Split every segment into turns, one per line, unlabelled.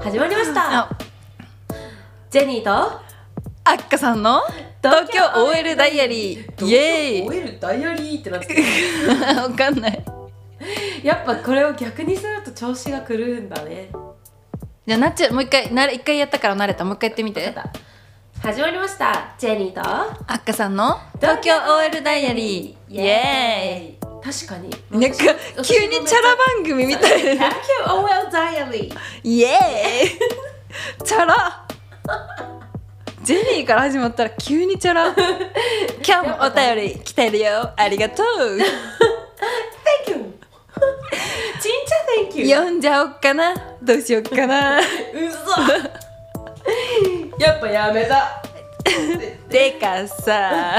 始まりましたジェニーと
あっかさんの東京 OL ダイアリーイエーイ
終えるダイアリーってなってる
わかんない
やっぱこれを逆にすると調子が狂うんだね
じゃあなっちゃんもう一回なれ一回やったから慣れたもう一回やってみて
始まりましたジェニーと
あっかさんの東京 OL ダイアリーイエ
イエーイ確かに
ーイなんか急にチャラ番組みたい
東
な
京 OL ダイアリー
イエーイチャラジェニーから始まったら急にチャラ今日もお便り来てるよありがとう
Thank you ちんちゃ Thank you
読んじゃおっかなどうしよっか な
うそやっぱやめた
てかさ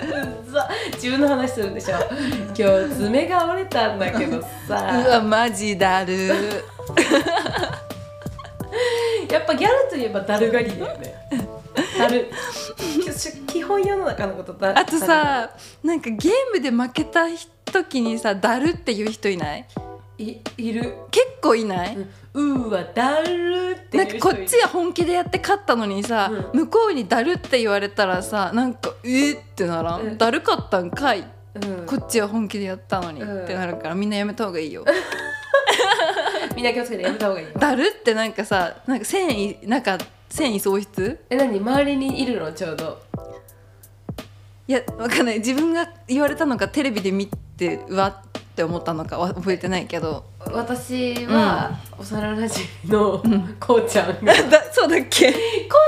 うざ自分の話するんでしょ今日爪が折れたんだけど
う
さ
わマジだる
やっぱギャルといえばだるがりだよねだる基本世の中のことだ
あとさなんかゲームで負けた時にさだるっていう人いない
いいる
結構いない、
うーわだるってい
な
うん人
か
いる
こっちは本気でやって勝ったのにさ、
う
向こうにだるって言われたらさなんかえーってならん、
うん
だるかったんかい
うん
こっちは本気でやったのに、
うん
ってなるからみんなやめた方がいいよ
みんな気をつけてやめた方がいいよ
だるってなんかさなんか繊維なんか繊維喪失
え何周りにいるのちょうど
いやわかんない自分が言われたのかテレビで見てうわって思ったのかは覚えてないけど
私は、幼なじみのこうち ゃんが
だそうだっけ
こ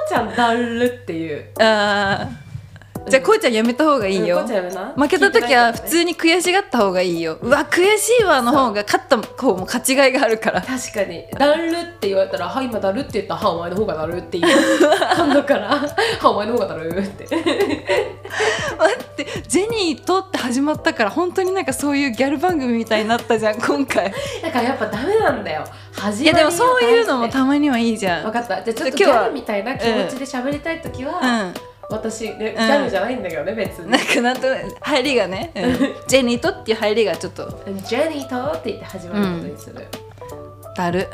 うちゃんだるっていう
あーじゃあこうちゃんやめた方がいいよ
こうちゃんやめな
負けた時は普
聞いてない
通に悔しがった方がいいようわ悔しいわの方が勝った方も勝ちがいがあるから
からね確かに「だる」って言われたら「はい今だる」って言ったら「はお前の方がだる」って言う 今度から「はお前の方がだる」って
待ってジェニーとって始まったから本当になんかそういうギャル番組みたいになったじゃん今回
だからやっぱダメなんだよ始
い
ま
や
り
でもそういうのも
分
たまにはいいじゃん
かったじゃあちょっと
今
ギ
日は
ャルみたいな気持ちで喋りたい時は、
うん
私、ね、
ん
ギャルじゃないんだけどね別
な
に
んかなんとなく入りがね、うんジェニーとっていう入りがちょっと
「ジェニーと」って言って始まることにする、もうや
だる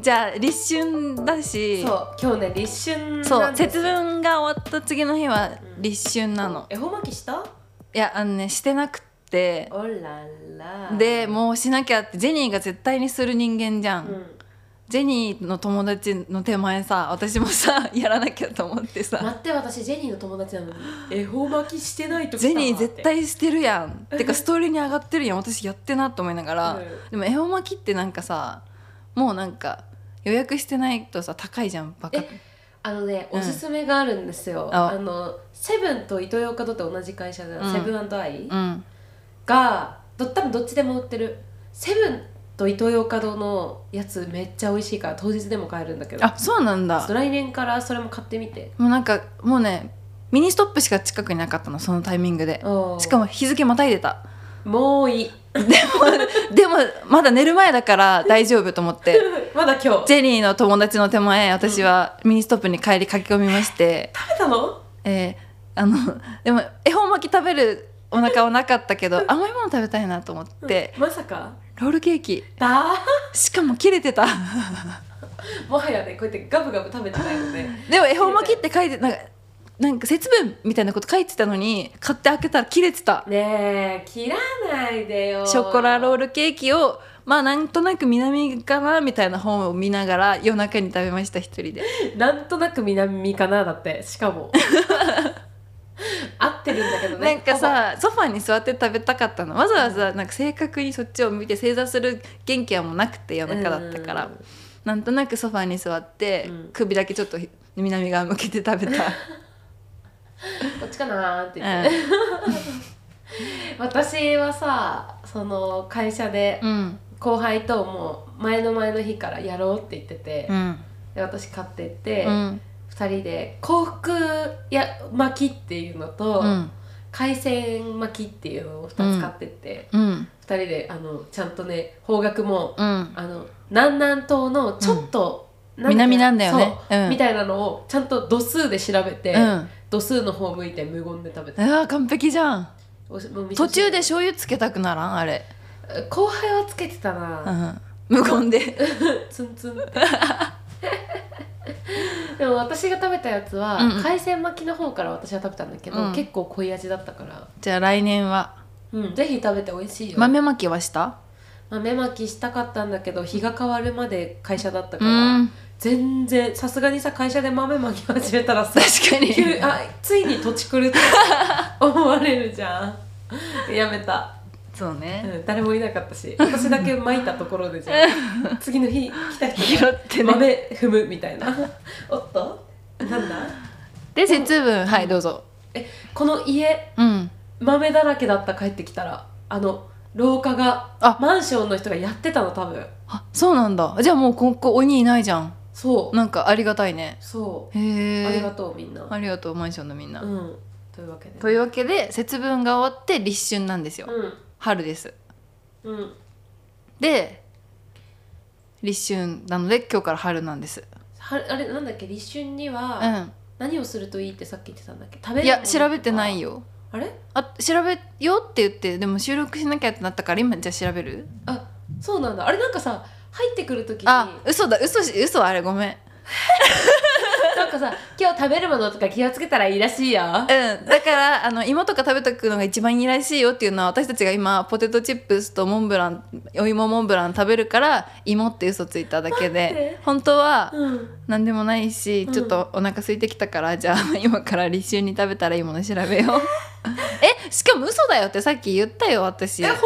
じゃあ立春だ
め
し
るそう今日ね立春なん
そう
です
節分が終わった次の日は立春なの
恵方巻きした
いやあのねしてなくって
おらら
でもうしなきゃってジェニーが絶対にする人間じゃん、
うん
ジェニーの友達の手前さ私もさ やらなきゃと思ってさ
待って私ジェニーの友達な のに恵方巻きしてないと
ジェニー絶対してるやんてかストーリーに上がってるやん私やってなと思いながら、
うん
でも恵方巻きってなんかさもうなんか予約してないとさ高いじゃんバカ
えあのね
うん
おすすめがあるんですよ、
あ
あのセブンとイトーヨーカドーって同じ会社で、
うん
セブンアイ
うん
がど多分どっちでも売ってるセブンとイトーヨーカドーのやつめっちゃ美味しいから当日でも買えるんだけど
あそうなんだ
来年からそれも買ってみて
もうなんかもうねミニストップしか近くになかったのそのタイミングでしか
も
も日付またいでた
もういい
でもまだ寝る前だから大丈夫と思って
まだ今日食
ジェニーの友達の手前私はミニストップに帰り駆け込みまして、
べたの
えーあのでも恵方巻き食べるお腹はなかったけど甘いもの食べたいなと思って、
まさか
ロールケーキ
だ
しかも切れてた
ーもはやねこうやってガブガブ食べてないの で
でも恵方巻きって書いてなんかなんか節分みたいなこと書いてたのに買って開けたら切れてた
ねえ切らないでよ
ショコラロー
ル
ルケーキをまあなんとなく南かなみたいな本を見ながら夜中に食べました一人で
なんとなく南かなだってしかも合ってるんだけどね
なんかさソファに座って食べたかったのわざわざなんか正確にそっちを向いて正座する元気はもうなくて夜中だったから、
うん
なんとなくソファに座って、
うん
首だけちょっと南側向けて食べた、
こっちかなーって
う
言って、
ん
私はさその会社で
うん
後輩ともう前の前の日からやろうって言ってて、
うん
で私買ってって、
うん
2人で幸福や巻きっていうのと、
うん
海鮮巻きっていうのを2つ買ってって、
うん
二2人であのちゃんとね方角も
うん
あの南南東のちょっと、
南なんだよね
そう
うん
みたいなのをちゃんと度数で調べて、
うん
度数の方向いて無言で食べて
あー完璧じゃん
おしもう味噌汁
途中で醤油つけたくならんあれ
後輩はつけてた
う
な、
ん、無 言で
ツンツンって でも私が食べたやつは、
うんうん
海鮮巻きの方から私は食べたんだけど、
うん
結構濃い味だったから、
じゃあ来年は
うん、ぜひ食べて美味しいよ
豆まきはした
豆まきしたかったんだけど日が変わるまで会社だった
う
から、
ん
全然さすがにさ会社で豆まき始めたらさ
確かに
急あついに土地狂って思われるじゃんやめた、
そう
う
ね
ん、誰もいなかったし私だけ撒いたところでじゃ ん次の日来た人
拾
が
ってね
豆踏むみたいなおっとなんだ
で節分はいどうぞ
この家
うん
豆だらけだった帰ってきたらあの廊下が
あ
マンションの人がやってたの多分
あそうなんだじゃあもうここ鬼いないじゃん
そう
なんかありがたいね
そ
へ
う
え
ありがとうみんな、
ありがとうマンションのみんな、
うんというわけで
というわけで節分が終わって立春なんですよ、春です
うんうん
で立春なので今日から春なんです
はあれなんだっけ立春には、
う
何をするといいってさっき言ってたんだっけ食べ
んいや調べてない
よ
よ
あれ
あ調べよって言ってでも収録しなきゃってなったから今じゃあ調べる
あそうなんだあれなんかさ入ってくるときにな
あ嘘だ嘘し嘘あれごめんうん
んかさ 今日食べるものとか気をつけたらいいらしいよ
だからあの芋とか食べとくのが一番いいらしいよっていうのは私たちが今ポテトチップスとモンブランお芋モンブラン食べるから芋って嘘ついただけ
待って
で 本当は
うん
何でもないし、
うん
ちょっとお腹空いてきたからじゃあ今から立春に食べたらいいもの調べよう えしかも嘘だよってさっき言ったよ私
え本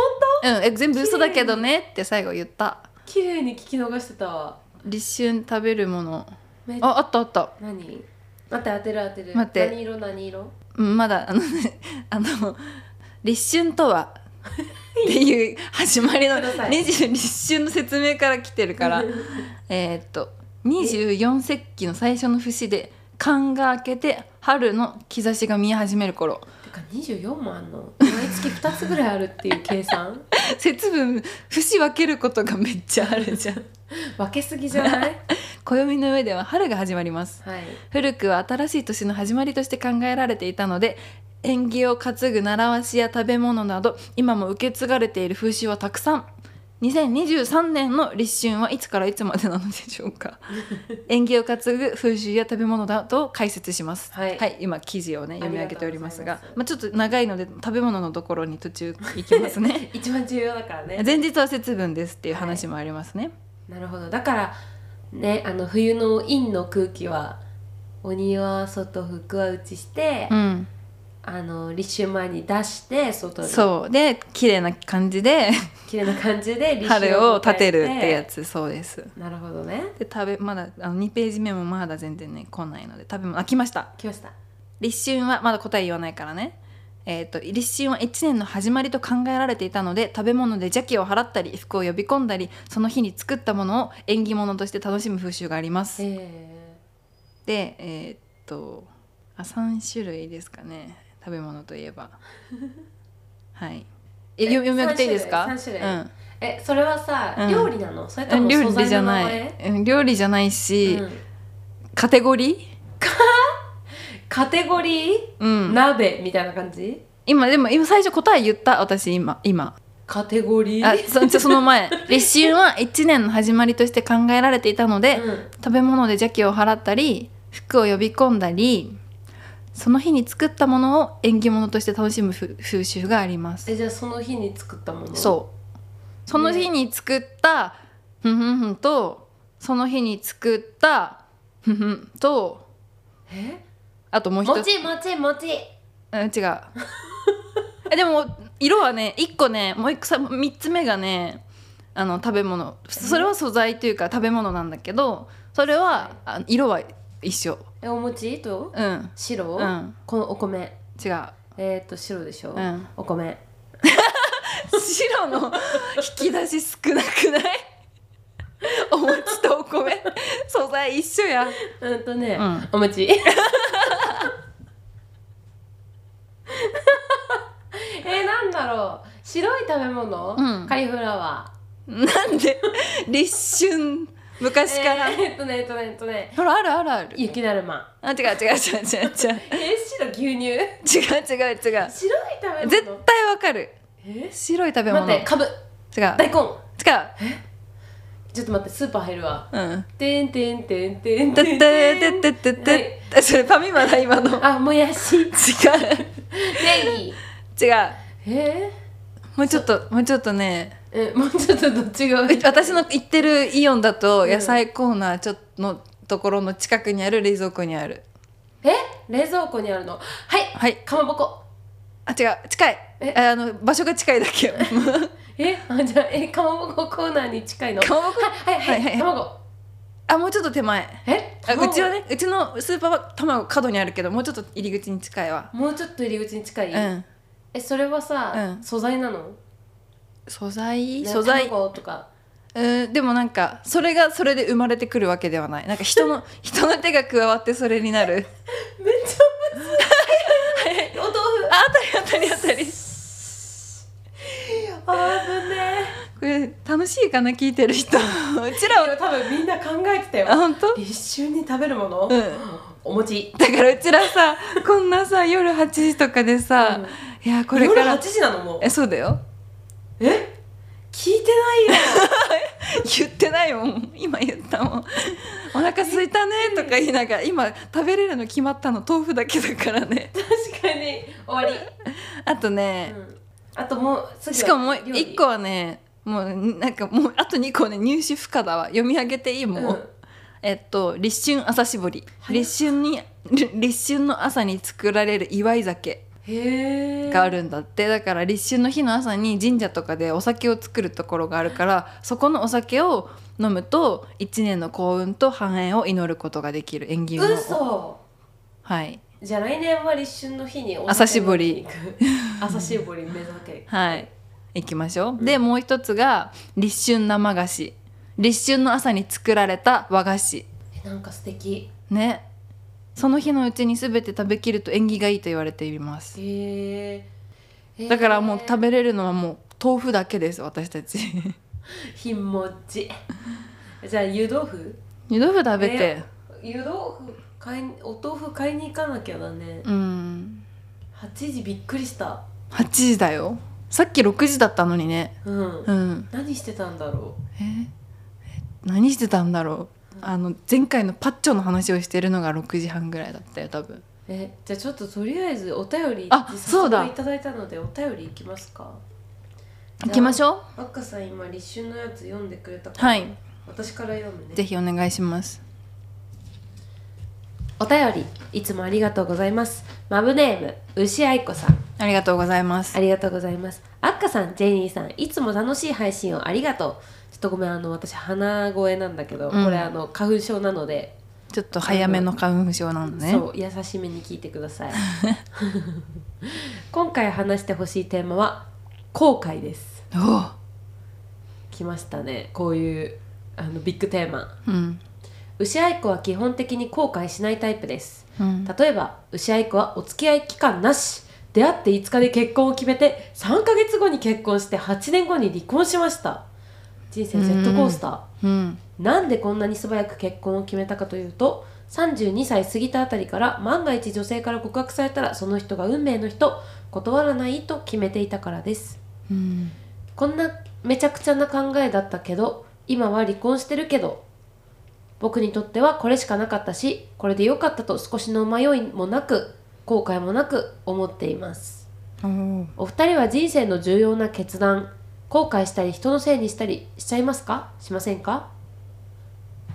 うん、え全部嘘だけどねって最後言った
当綺麗に聞き逃してたわ
立春食べるもの
め
ああったあった
何待って当てる当てる
待って
何色何色
うんまだあのあの立春とはっていう始まりの
ください
20立春の説明から来てる からえーっと24節気の最初の節で寒が明けて春の兆しが見え始める頃
てか24もあんの毎月2つぐらいあるっていう計 算
節分節分けることがめっちゃあるじゃん
分けすぎじゃない
暦の上では春が始まります
はい
古くは新しい年の始まりとして考えられていたので縁起を担ぐ習わしや食べ物など今も受け継がれている風習はたくさん2023年の立春はいつからいつまでなのでしょう か縁起を担ぐ風習や食べ物などを解説します
はい
今記事をね読み上げておりますが
あり
ま
がとう
あ、ちょっと長いので食べ物のところに途中行きます ね
一番重要だからね
前日は節分ですっていう話もありますね、
なるほどだからねあの冬の陰の空気はお庭外服は内して、
うん
あの立春前に出して外に
そうで綺麗な感じで
綺麗な感じ で立
春
迎え
を立てるってやつそうです
なるほどね
で食べまだあの2ページ目もまだ全然ね来ないので食べ物あ来ました
来ました
立春はまだ答え言わないからねえー、と立春は1年の始まりと考えられていたので食べ物で邪気を払ったり服を呼び込んだりその日に作ったものを縁起物として楽しむ風習がありますで
え
えーっとあ3種類ですかね食べ物とい えばはい
え
えよ読み上げていいですか
三種類三種類
うん、
ーえそれはさ、
うん
料理なのそれと
うん
も
料
素
理
材
じゃ
の名
な
前
い、うん料理じゃないし、
うん
カテゴリ
カテゴリー、
ー、うん、
鍋みたいな感じ
今でも今最初答え言った私今今
カテゴリー
あそ じゃその前立春は1年の始まりとして考えられていたので、
うん
食べ物で邪気を払ったり服を呼び込んだりその日に作ったものを縁起物として楽しむふ風習があります
えじゃあその日に作ったもの
そうその日に作ったふんふんふんとその日に作ったふんふんと
え
あともう一つ
もちもちもち
うん違う えでも色はね1個ねもう一個さ3つ目がねあの食べ物それは素材というか食べ物なんだけどそれはあ色は一緒
えお餅と
うん
白、
うん
このお米
違う
えー、っと白でしょ、
うん
お米
白の引き出し少なくないお餅とお米素材一緒や
うんとね、
うん
お餅 えー、なんだろう白い食べ物、
うん
カリフラワー
なんで立春昔から、
えー、えっとねえっとねえっとね
ほらあるあるある
雪だるま
あ違う違う違う違う違う
えー、白牛乳白い
違う違う違う
食べ物
絶対わかる
え
白い食べ
ー、待
物
ってかぶ
違う
大根
違う
ちょっと待ってスーパー入るわ
うん
てんてんてんてん
て
て
って
ん
てってってってってそれファミマだ今の違う
あもやしネギ
違う
え
もうちょっともうちょっとね
ー、えもうちょっとどっちが
う私の行ってるイオンだと
うん
野菜コーナーちょっとのところの近くにある冷蔵庫にある
え冷蔵庫にあるのはい
はい
かまぼこ
あ違う近い
え
ああの場所が近いだけよ
えあじゃあえかまぼこコーナーに近いの
かまぼこ
はいはい
はい
は
はい
い卵
あもうちょっと手前
え
あ
卵
うちはねうちのスーパーは卵角にあるけどもうちょっと入り口に近いわ
もうちょっと入り口に近い、
うん
えそれはさ、
うん
素材なの
素材
ね
素材
卵とか
うんでもなんかそれがそれで生まれてくるわけではないなんか人 の人の手が加わってそれになる
めっちゃむずい お豆腐
あ 当たり当たり当たり
あーぶね
これ楽しいかな聞いてる人うちらは
多分みんな考えてた
あ
よ
本当
一瞬に食べるもの、
うん
お餅
だからうちらさこんなさ夜8時とかでさ、いやこれか
夜
ら
8時なのもう
えそうだよ
え聞いて ないよ
言ってないもん今言ったもんお腹空いたねとか言いながら今食べれるの決まったの豆腐だけだからね
確かに終わ
あと
り、
ね、
うん、あともう次は
しかももう
料理
1個はねもうなんかもうあと2個ね入手不可だわ読み上げていいもう、
うん
えっと立春朝搾り
早っ
立春に り立春の朝に作られる祝い酒
へえ
があるんだってだから立春の日の朝に神社とかでお酒を作るところがあるからそこのお酒を飲むと1年の幸運と繁栄を祈ることができる縁起物
嘘
はい
じゃあ来年は立春の日にお
朝
酒飲
搾
み
り
に行く 朝搾り目指け
はい行きましょう、
うん
でもう一つが立春生菓子立春の朝に作られた和菓子
えなんか素敵
ねその日のうちに全て食べきると縁起がいいと言われています
へえへえ
だからもう食べれるのはもう豆腐だけです私たち
ひもち じゃあ湯豆腐
湯豆腐食べて、
ね湯豆腐買いお豆腐買いに行かなきゃだね
うん
8時びっくりした
8時だよさっき6時だったのにね
うん
うん
何してたんだろ
ええ何してたんだろうあの前回のパッチョの話をしてるのが6時半ぐらいだったよ多分
うえじゃあちょっととりあえずお便り
あ
早速
そうだ
いただいたのでお便りいきますか
行きましょ
赤さん今立春のやつ読んでくれたか
う
ら、
はい
私から読むね
ぜひお願いします
お便りいつもありがとうございますマブネーム牛愛子さん
ありがとうございます
ありがとうございますアッカさんジェニーさんいつも楽しい配信をありがとうちょっとごめんあの私鼻声なんだけど、
うん
これあの花粉症なので
ちょっと早めの花粉症なのね
そう優しめに聞いてください 今回話してほしいテーマは後悔です
おう
来ましたねこういうあのビッグテーマ
うん
牛愛子は基本的に後悔しないタイプです
うん
例えば牛愛子はお付き合い期間なし出会って5日で結婚を決めて3ヶ月後に結婚して8年後に離婚しました人生ジェットコースター
うん
なんでこんなに素早く結婚を決めたかというと32歳過ぎたあたりから万が一女性から告白されたらその人が運命の人断らないと決めていたからです
うん
こんなめちゃくちゃな考えだったけど今は離婚してるけど僕にとってはこれしかなかったしこれで良かったと少しの迷いもなく後悔もなく思っています
おう
お二人は人生の重要な決断後悔したり人のせいにしたりしちゃいますかしませんか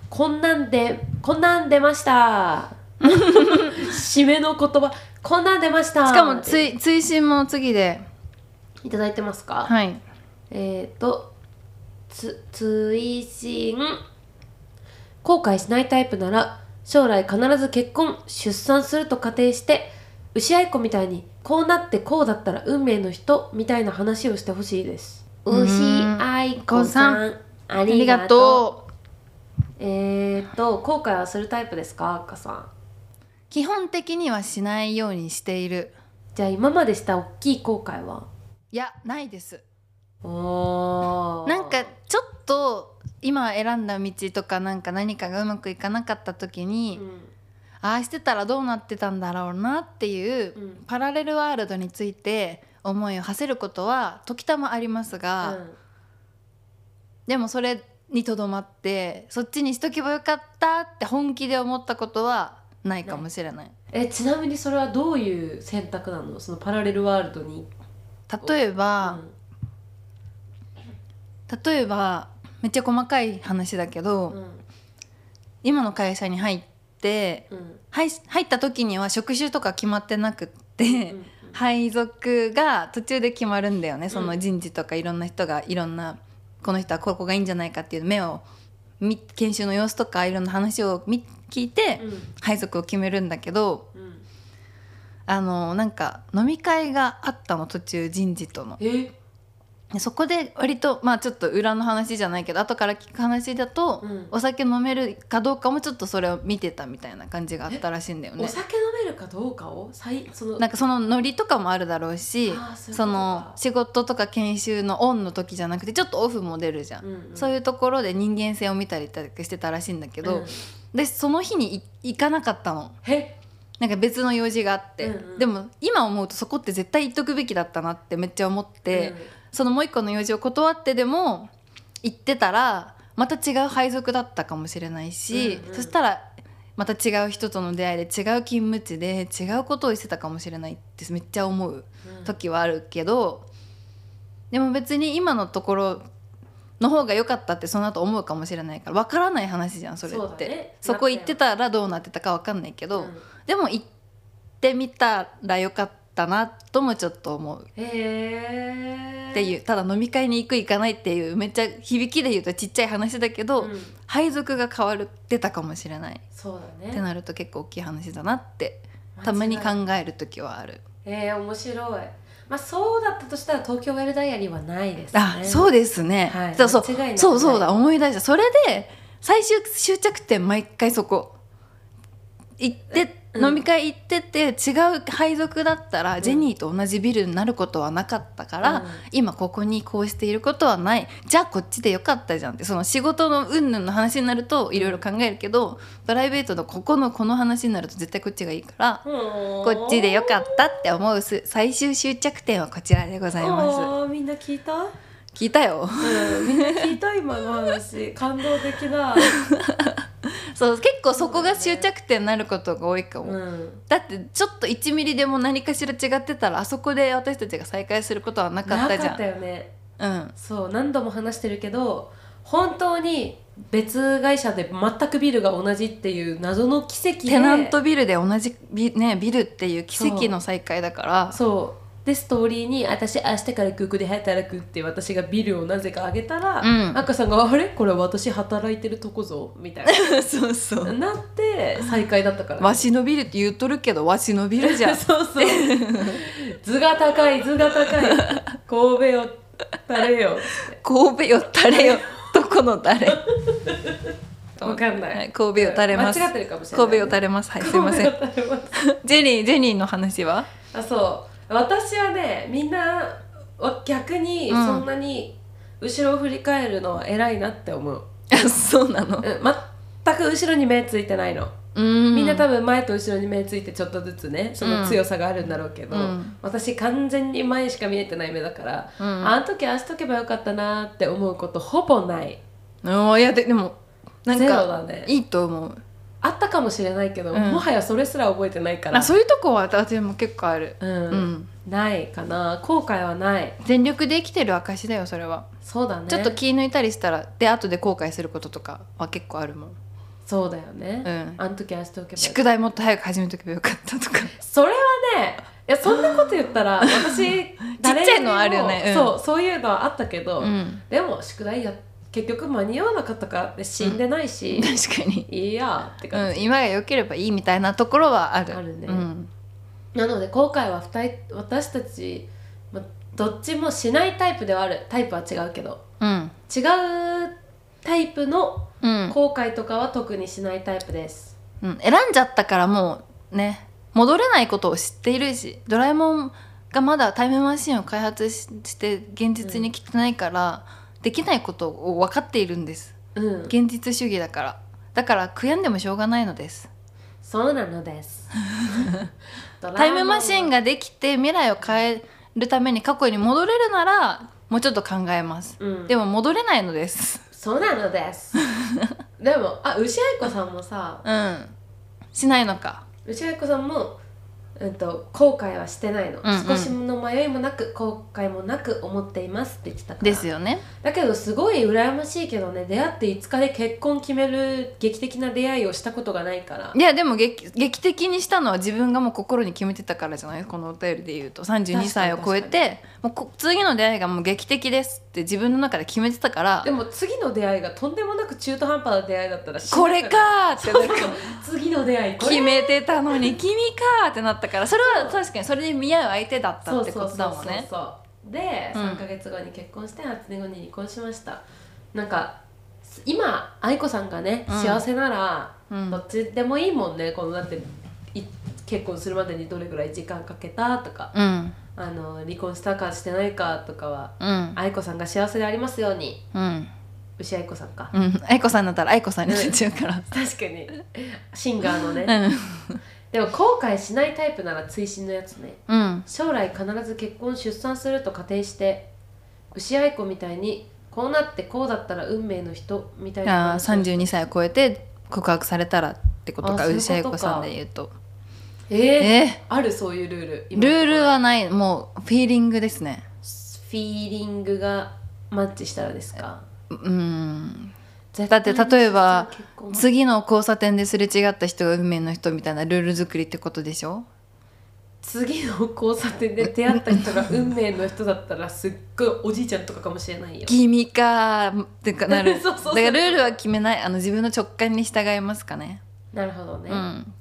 こんなんでこんなん出ました 締めの言葉こんなん出ました
しかもつい追伸も次で
いただいてますか、
はい
えっ、ー、とつ追伸後悔しないタイプなら将来必ず結婚出産すると仮定して牛愛子みたいにこうなってこうだったら運命の人みたいな話をしてほしいです
うん
牛愛子さんあ
あり
り
が
がとう
とう
えっ、ー、と後悔はするタイプですか赤さん
基本的にはしないようにしている
じゃあ今までした大きい後悔はい
やないです
おー
なんかちょっと今選んだ道とかなんか何かがうまくいかなかった時
う
に、
ん
ああしてたらどうなってたんだろうなっていう、
うん
パラレルワールドについて思いを馳せることは時たまありますが、
うん
でもそれにとどまってそっちにしとけばよかったって本気で思ったことはないかもしれない
えちなみにそれはどういう選択なのそのパラレルワールドに
例え
あ
ば、例えばめっちゃ細かい話だけど、
うん
今の会社に入って
うん
入入った時には職種とか決まってなくって、
うん
配属が途中で決まるんだよねそうの
ん
人事とかいろんな人がいろんなこの人はここがいいんじゃないかっていう目を見研修の様子とかいろんな話を見聞いて
うん
配属を決めるんだけど
うん
あのなんか飲み会があったの途中人事との。
え
でそこで割とまあちょっと裏の話じゃないけど後から聞く話だと、
うん
お酒飲めるかどうかもちょっとそれを見てたみたいな感じがあったらしいんだよ
お
ね。
酒飲めるかどうかを最その
なんかそのノリとかもあるだろうし
あーそういうことか
その仕事とか研修のオンの時じゃなくてちょっとオフも出るじゃん、
うんうん
そういうところで人間性を見たりとかしてたらしいんだけど、
うん
でその日にい行かなかったの
え
なんか別の用事があって、
うんうん
でも今思うとそこって絶対行っとくべきだったなってめっちゃ思って、そのもう一個の用事を断ってでも行ってたらまた違う配属だったかもしれないし、
うんうん
そしたらまた違う人との出会いで違う勤務地で違うことをしてたかもしれないってめっちゃ思う
うんうん
時はあるけど、でも別に今のところの方が良かったってその後思うかもしれないから分からない話じゃんそれ
そう
っ
だ
てそ,、
ね
こ行ってたらどうなってたか分かんないけど、
うん
でも行ってみたら良かったなともちょっと思う。
へえ
っていうただ飲み会に行く行かないっていうめっちゃ響きで言うとちっちゃい話だけど、
うん
配属が変わるってたかもしれない
そうだ
って
ね
なると結構大きい話だなってたまに考える時はある、
えー、面白いまあそうだったとしたら東京ウェルダイアリーはないですね
あそうですね、
はい
そうそう
間違いなくない
そうそうだ思い出したそれで最終終着点毎回そこ行って、
うん
飲み会行ってて違う配属だったら、ジェニーと同じビルになることはなかったから、
うん
今ここにこうしていることはないじゃあこっちでよかったじゃんってその仕事の云々の話になるといろいろ考えるけど、プライベートのここのこの話になると絶対こっちがいいから、
こ
こっちでよかったって思うす最終終着点はこちらでございま
みんな聞いた、
す聞いたよ
うん、みんな聞いた今の話感動的 だ、
そう結構そこが終着点になることが多いかも、
うん、
だってちょっと1ミリでも何かしら違ってたらあそこで私たちが再会することはなかった
な
じゃ
か
ん
ったよね
うん
そう何度も話してるけど本当に別会社で全くビルが同じっていう謎の奇跡で
テナントビルで同じビ,、ね、ビルっていう奇跡の再会だから
そうでストーリーに「私明日から空港で働く」って私がビルをなぜか上げたら、
うん
赤さんが「あれこれ私働いてるとこぞ」みたい
そうそ
ななって再会だったからね、
わしのビルって言っとるけどわしのビルじゃん
そうそう図が高い図が高い神戸を垂れよ
神戸よ誰よどこの誰
わかんない
は神戸よ誰ます
間違ってるかもしれないね
神戸よ誰ますはいすいません
神戸を垂れます
ジェニージェニーの 話は
あそう私はねみんなわ逆に
うん
そんなに後ろを振り返るのは偉いなって思う、
あそうなの
うん、全く後ろに目ついてないの
うん
みんな多分前と後ろに目ついてちょっとずつねその強さがあるんだろうけど、
うん
私完全に前しか見えてない目だから、
うん
あの時ああしとけばよかったなって思うことほぼない
うんいやででもなん
ゼロ
か
だね
いいと思う
あったかもしれないけど、
うん
もはやそれすら覚えてないから
あそういうとこは私も結構ある
うん
うん
ないかな後悔はない
全力で生きてる証だよそれは
そうだね
ちょっと気抜いたりしたらで後で後悔することとかは結構あるもん
そうだよね、
うん
あの時ああしとけばよかった
宿題もっと早く始めとけばよかったとか
それはねいやそんなこと言った ら私誰
ちっちゃいのあるよねうん
そうそういうのはあったけど、
うん
でも宿題や結局間に合わなかったからって死んでないし、
確かに
いいやって感
う
じ、
ん、今が良ければいいみたいなところはある
あるね
うん、
なので後悔は二人私たち、ま、どっちもしないタイプではあるタイプは違うけど
うん
違うタイプの
うん
後悔とかは特にしないタイプです、
うん選んじゃったからもうね戻れないことを知っているしドラえもんがまだタイムマシンを開発しして現実に来てないから、できないことを分かっているんです
うん、
現実主義だからだから悔やんでもしょうがないのです
そうなのです
タイムマシン
が
ができて未来を変えるために過去に戻れるならもうちょっと考えます
うん、
でも戻れないのです
そうなのです でもあ牛愛子さんもさ
うんしないのか
牛愛子さんも、うん、と後悔はしてないの、
うんうん
少しの迷いもなく後悔もなく思っていますって言ってたから
ですよね
だけどすごい羨ましいけどね出会って5日で結婚決める劇的な出会いをしたことがないから
いやでも劇劇的にしたのは自分がもう心に決めてたからじゃないこのお便りで言うと32歳を超えてもうこ次の出会いがもう劇的ですって自分の中で決めてたから
でも次の出会いがとんでもなく中途半端な出会いだったら死ぬ
これかーってなんか
次の出会いこれ
決めてたのに君かーってなったからそれは確かにそれで見合う相手だったってことだもんね
そうそうそうそうで、
うん
3ヶ月後に結婚して8年後に離婚しましたなんか今愛子さんがね
うん
幸せなら、
うん
どっちでもいいもんねこのだってい結婚するまでにどれぐらい時間かけたとか
うん
あの離婚したかしてないかとかは
うん
愛子さんが幸せでありますように
うん
牛愛子さんか、
うん愛子さんだったら愛子さんになっちゃうから
確かにシンガーのね、
うん
でも後悔しないタイプなら追伸のやつね
うん
将来必ず結婚出産すると仮定して牛愛子みたいにこうなってこうだったら運命の人みたいな
あー32歳を超えて告白されたらってこと
あ
か
そういうこと
牛
か
愛子さんで言うと
えー
え
あるそういうルール
ルール
フ
はないもうフィーリングですね
ィーリングがマッチしたらですか
ううん
絶
だ
対
って
に
例えば
出産結婚
次の交差点ですれ違った人が運命の人みたいなルール作りってことでしょ
次の交差点で出会った人が運命の人だったらすっごいおじいちゃんとかかもしれないよ
君かーってかな る
そうそうそう
だからルールは決めないあの自分の直感に従いますかね
なるほどね、
うん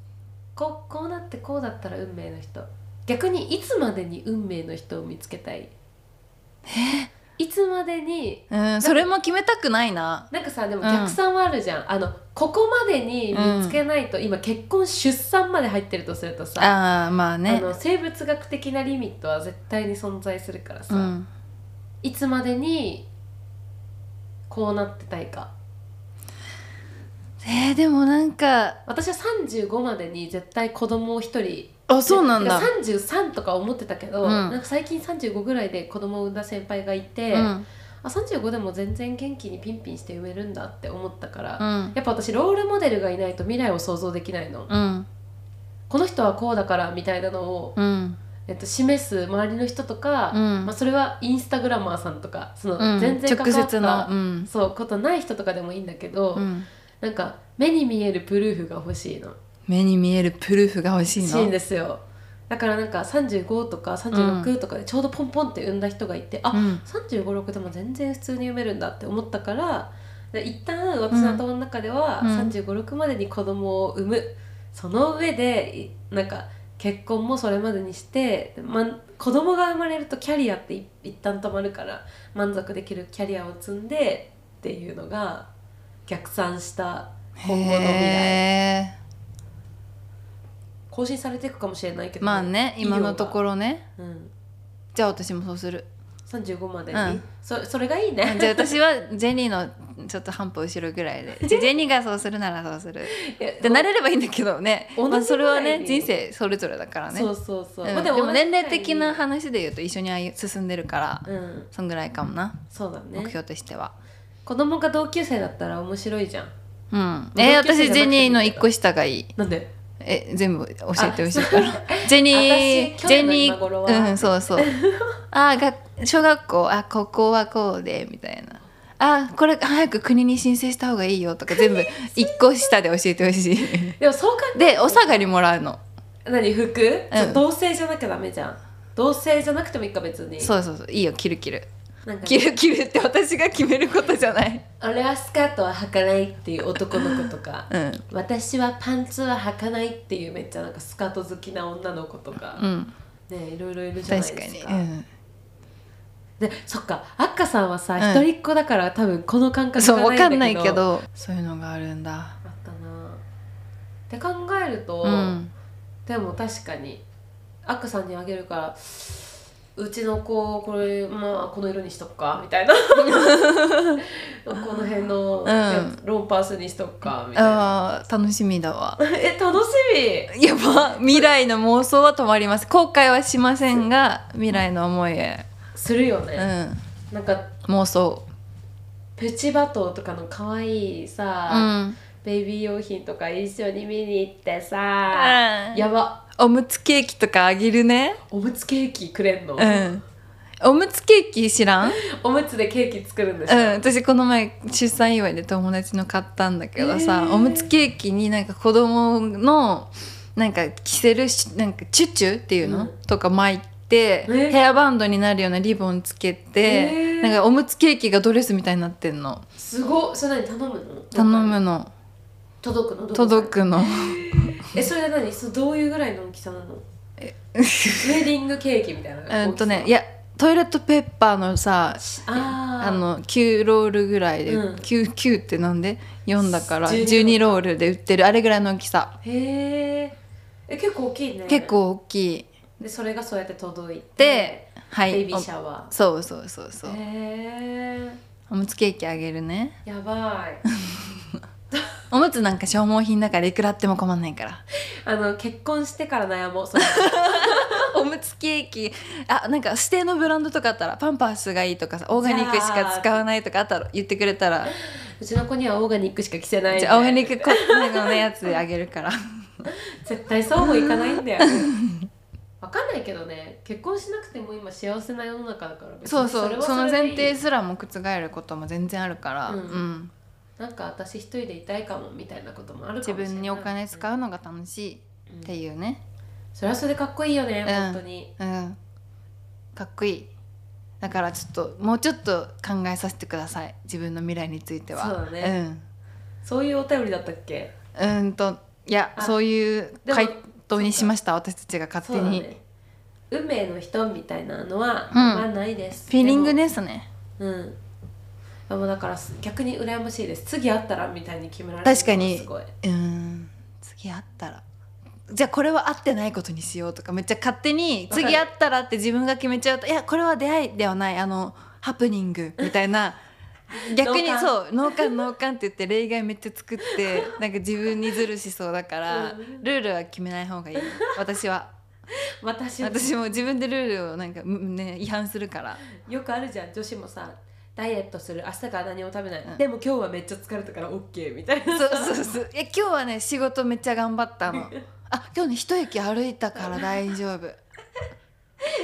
ここうなってこうだったら運命の人逆にいつまでに運命の人を見つけたいいつまでに
うんそれも決めたくないな
なんかさでも
うん
逆算はあるじゃん、あのここまでに見つけないと、今結婚出産まで入ってるとするとさ
あーまあ
あ
ね
の生物学的なリミットは絶対に存在するからさ、
うん
いつまでにこうなってたいか
えー、でもなんか
私は35までに絶対子供を一人
あそうなんだ
で33とか思ってたけど、
うん
なんか最近35ぐらいで子供を産んだ先輩がいて、
うん
あ35でも全然元気にピンピンして産めるんだって思ったから、
うん
やっぱ私ロールモデルがいないと未来を想像できないの、
うん
この人はこうだからみたいなのを、
うん
えっと、示す周りの人とか、
うん
まあ、それはインスタグラマーさんとかその
うん
全然関
直
わっ
接
た、
のうん
そうことない人とかでもいいんだけど、
うん
なんか目に見えるプルーフが欲しいの。
目に見えるプルーフが欲しいの
シーンですよだからなんか35とか36とかでちょうどポンポンって産んだ人がいて、
う
あ
ん
三3 5 6でも全然普通に産めるんだって思ったからで一旦私の頭の中では
うん
3 5 6までに子供を産むその上でいなんか結婚もそれまでにして、まん、子供が生まれるとキャリアってい一旦止まるから満足できるキャリアを積んでっていうのが逆算した今後の未来
へ
更新されていくかもしれないけ
ー
どね、
まあね
医療が
今のところね
うん
じゃあ私もそうする
35までに、
うん
そそれがいい
じゃ
ね
あ私はジェニーのちょっと半歩後ろぐら いでじゃあジェニーがそうするならそうするで
な
なれればいいんだけどね、
同じ
まあ、それは
ぐらい
ね
に
人生それぞれだからね
そうそうそう、
うん
まあ
でも年齢的な
話
話で言うと一緒に歩進んでるから、
うん
そんぐらいかもな、
そうだ
目
ね
標としては
子供が同級生だったら面白いじゃん
うん
同級生じゃなくてもいいけ
えー私
ど
ジェニーの一個下がいい
なんで
え全部教えてほしいからジェニー
私
ジェ
去年
ニ
の今頃
ー
は
うんそうそうあが小学校あここはこうでみたいなあこれ早く国に申請した方がいいよとか全部一個下で教えてほしい
でもそうか
でお下がりもらうの
何服、
うん
ちょ同性じゃなきゃダメじゃん同性じゃなくてもいいか別に
そうそうそういいよ着る着る
なんか
着る着るって私が決めることじゃない
俺はスカートは履かないっていう男の子とか
うん
私はパンツは履かないっていうめっちゃなんかスカート好きな女の子とか
う、ん
ねいろいろいるじゃないです
確
か
かにうん
でそっかあっかさんはさ
うん
一、人っ子だから多分この感覚
そうわかんない
だ
けどそういうのがあるんだ
あったなって考えると、
うん
でも確かにアックさんにあげるからうちの子これまあこの色にしとくかみたい なこの辺のやつ、ロンパースにしとくかみたいな
あー楽しみだわ
え楽しみ
やば未来の妄想は止まります後悔はしませんが未来の思いへ
するよ
う
ね、
ん
なんか
妄想
プチバトーとかの可愛いさ、
うん
ベイビー用品とか一緒に見に行ってさ、
や
やば
おむつケーキとかあげるね
おむつケーキくれんの、
うんおむつケーキ知らん
おむつでケーキ作るんでし
う
ょ、
ん、私この前出産祝いで友達の買ったんだけどさ、
えー
おむつケーキになんか子供のなんか着せるしなんかチュチュっていうの、
うん
とか巻いて、
え
ヘアバンドになるようなリボンつけて、
えー
なんかおむつケーキがドレスみたいになってんの
すごっそれ何頼むの
頼むの
届くのどこ
届くの
えそれ何そどういうぐらいの大きさなのウェディングケーキみたいな
うんとねい
や
やトイレットペッパーのさ
あー
あの9ロールぐらいで、
うん
九九 9, ってなんで4だから
12
12ロールで売ってるあれぐらいの大きさ
へーえ結構大きいね
結構大きい
でそれがそうやって届いて
で、は
ベイ
い
ビーシャワ
おそうそうそうそう、
ーへー
おむつケーキあげるね
やばい
おむつなんか消耗品だからいくらあっても困んないから
あの結婚してから悩もうそれ
おむつケーキあなんか指定のブランドとかあったらパンパースがいいとかさオーガニックしか使わないとかあったら言ってくれたら
うちの子にはオーガニックしか着せない
じゃあオーガニックコットンのやつあげるから
絶対そうもいかないんだよねわかんないけどね結婚しなくても今幸せな世の中だから別に
そうそう
れ
そ
は
の
れでい
前
い
提すらも覆ることも全然あるから、
う
うんん
なんか私一人でいたいかもみたいなこともあるか
自
もしれない
分にお金使うのが楽しい
うん
っていうね、
それはそれでかっこいいよね、
うん
本当に
うん、かっこいいだからちょっともうちょっと考えさせてください自分の未来については
そうだねそういうお便りだったっけ
うんうーんといや
あ
そういう
でも
回答にしました私たちが勝
そう
手
だ
に、
ね運命の人みたいなのは、
ん
まあないです
フィーリング
で
ですね
もうんでもだから逆に羨ましいです次会ったらみたいに決められる
確かに
すごいう
ーん次会ったらじゃあこれは会ってないことにしようとかめっちゃ勝手に
わかる
次会ったらって自分が決めちゃうといやこれは出会いではないあのハプニングみたい な逆に
脳幹
そう「脳幹脳幹」って言って例外めっちゃ作 ってなんか自分にずるしそうだから
うん
ルールは決めない方がいい私は
私も
私も 自分でルールをなんか、うん ね、違反するから
よくあるじゃん女子もさダイエットする明日から何も食べない、
うん
でも今日はめっちゃ疲れたから OK みたい
そ
な
うそうそういや今日はね仕事めっちゃ頑張った のあ今日ね一駅歩いたから大丈夫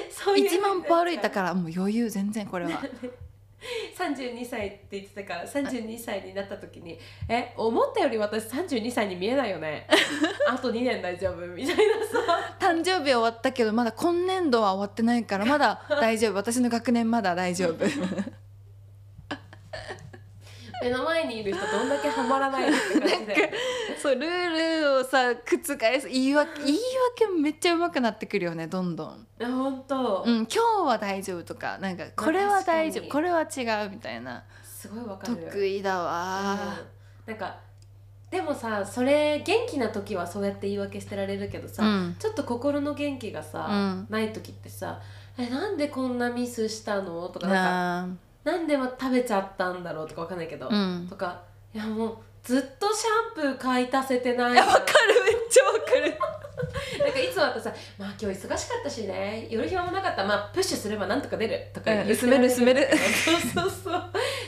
そういう
1万歩歩いたからもう余裕全然これは
32歳って言ってたから32歳になった時に「え思ったより私32歳に見えないよ ねあと2年大丈夫」みたいなさ
誕生日終わったけどまだ今年度は終わってない からまだ大丈夫私の学年まだ大丈夫
目の前にいる人どんだけハマらないのって感じで
そうルールをさ覆す言い訳 言い訳めっちゃ上手くなってくるよねどんどん、
本当、
うん、今日は大丈夫とかなんかこれは大丈夫
確
これは違うみたいな
すごいわかる
得意だわ
うんなんかでもさそれ元気な時はそうやって言い訳してられるけどさ、
うん
ちょっと心の元気がさ、
うん
ない時ってさ「えなんでこんなミスしたの?」とかなんか
な
「なんで食べちゃったんだろう?」とかわかんないけど、
あうん
とかいやもうずっとシャンプー買い足せてない
いやわかるめっちゃわかる
なんかいつもだとさ「まあ今日忙しかったしね夜暇もなかったまあプッシュすればなんとか出る」とか
うん
言って
薄める薄める
そうそうそう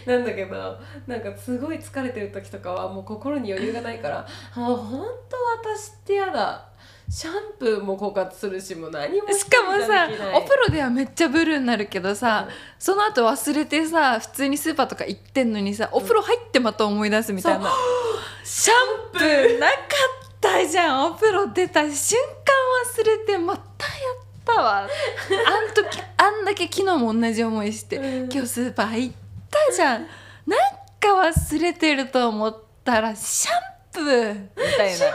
なんだけどなんかすごい疲れてる時とかはもう心に余裕がないから「あもう本当私ってやだシャンプーも枯渇するしもう何も
しかもさ
できない
お風呂ではめっちゃブルーになるけどさ、
うん
その後忘れてさ普通にスーパーとか行ってんのにさお風呂入ってまた思い出すみたいな、
そう
シャンプーなかったじゃんお風呂出た瞬間忘れてまたやった わあん時あんだけ昨日も同じ思いして、
うん
今日スーパー行ったじゃんなんか忘れてると思ったらシャンプーみたいな。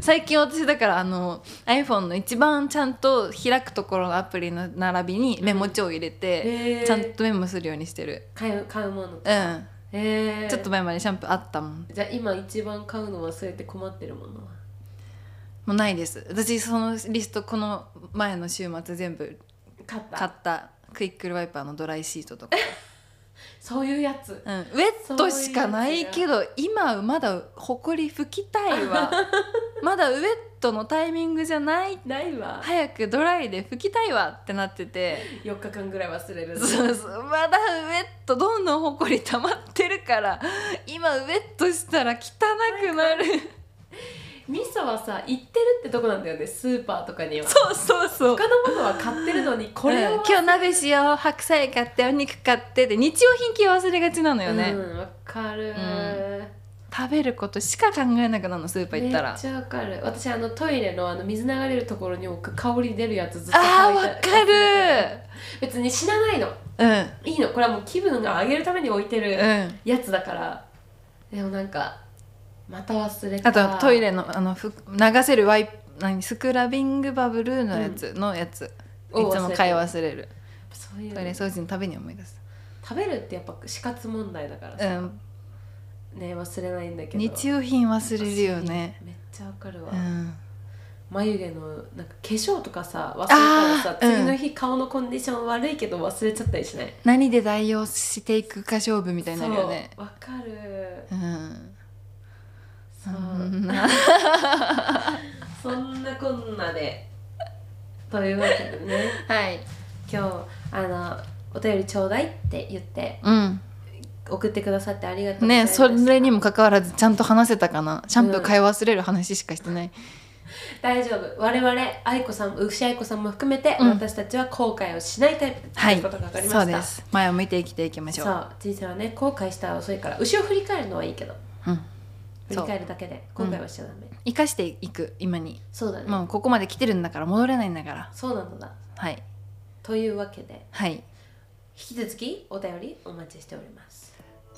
最近私だからあの iPhone の一番ちゃんと開くところのアプリの並びにメモ帳を入れて、
えー
ちゃんとメモするようにしてる
買う買うもの
うん、
えー、
ちょっと前までシャンプーあったもん
じゃあ今一番買うの忘れて困ってるものは
もうないです私そのリストこの前の週末全部
買った
買ったクイックルワイパーのドライシートとか、
そういうやつ
うん、ウェッ トしかないけど今まだ埃拭きたいわまだウェットのタイミングじゃない
ないわ
早くドライで拭きたいわってなってて
4日間ぐらい忘れる
そうそうまだウエットどんどんほこり溜まってるから今ウエットしたら汚くなる
ミソはさ行ってるってとこなんだよねスーパーとかには
そうそうそう
他のものは買ってる のにこれ
うん
は、
今日鍋しよう白菜買ってお肉買ってで日用品系忘れがちなのよね、
うんわかる、
うん食べることしか考えなくなるのスーパー行った
め
ら
っちゃわかる私あのトイレのあの水流れるところに置く香り出るやつずっと
あー
書い
わ
て
かる
別に死なないの
うん
いいのこれはもう気分が上げるために置いてる
うん
やつだからでもなんかまた忘れた
あとトイレのあのふ流せるワイプ何スクラビングバブルのやつ、のやついつ
を忘れて
も買い忘れる
そういう
トイレ掃除のたびに思い出す、
食べるってやっぱ死活問題だから
う
さ、
ん、
ね忘れないんだけど
日用品忘れるよね
めっちゃわかるわ、
うん
眉毛のなんか化粧とかさ忘れたらさ
あーうん
次の日顔のコンディション悪いけど忘れちゃったりしないみ
何で代用していくか勝負みたいになるよね
わかる
うん
そ
そ
うん
な
そんなこんなでというわけでね
はい
今日あのお便りちょうだいって言って
うん
送ってくださってありがとうござい
ね
ます
それにもかかわらずちゃんと話せたかなシャンプー買い忘れる話しかしてない、
大丈夫我々愛子さん牛愛子さんも含めて、
うん
私たちは後悔をしないタイプだ
は
とい
いう
ことが分かりました、
そうです前を向いて生きていきましょう
そう人生はね後悔したら遅いから牛を振り返るのはいいけど
うん、
振り返るだけで後悔はしちゃダメ、
生かしていく今に
そうだね、
もうここまで来てるんだから戻れないんだから
そうなのだ
はい
というわけで
はい、
引き続きお便りお待ちしております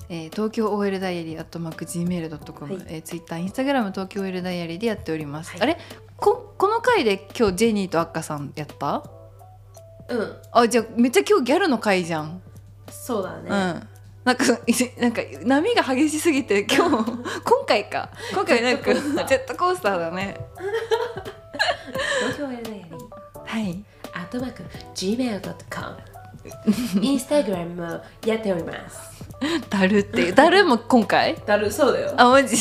えー東京 OL ダイアリー at macgmail.com、
はい
えー、Twitter インスタグラム東京 OL ダイアリーでやっております、
はい
あれここの回で今日ジェニーとアッカさんやった
うん
あじゃあめっちゃ今日ギャルの回じゃん、
そうだ
う
ね、
んなんかいなんか波が激しすぎ て今日今回か今回なんか
ジェットコースター
ジェットコースターだね
東京 LA に
はい
アットマーク Gmail.com インスタグラムもやっております
だるっていうだるも今回
だるそうだよ
あマジ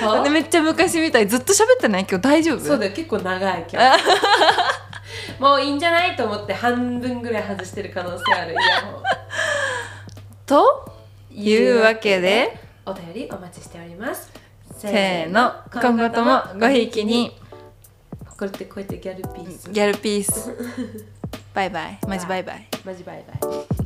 そう
めっちゃ昔みたいずっと喋ってない今日大丈夫
そうだよ結構長い 今日もういいんじゃないと思って半分ぐらい外してる可能性 あるイヤホン
というわけで
お便りお待ちしておりますせ
せーの今後ともごひいきに
これってこうやってギャルピース
ギャルピースバイバイマジバイバイ
マジバイバイ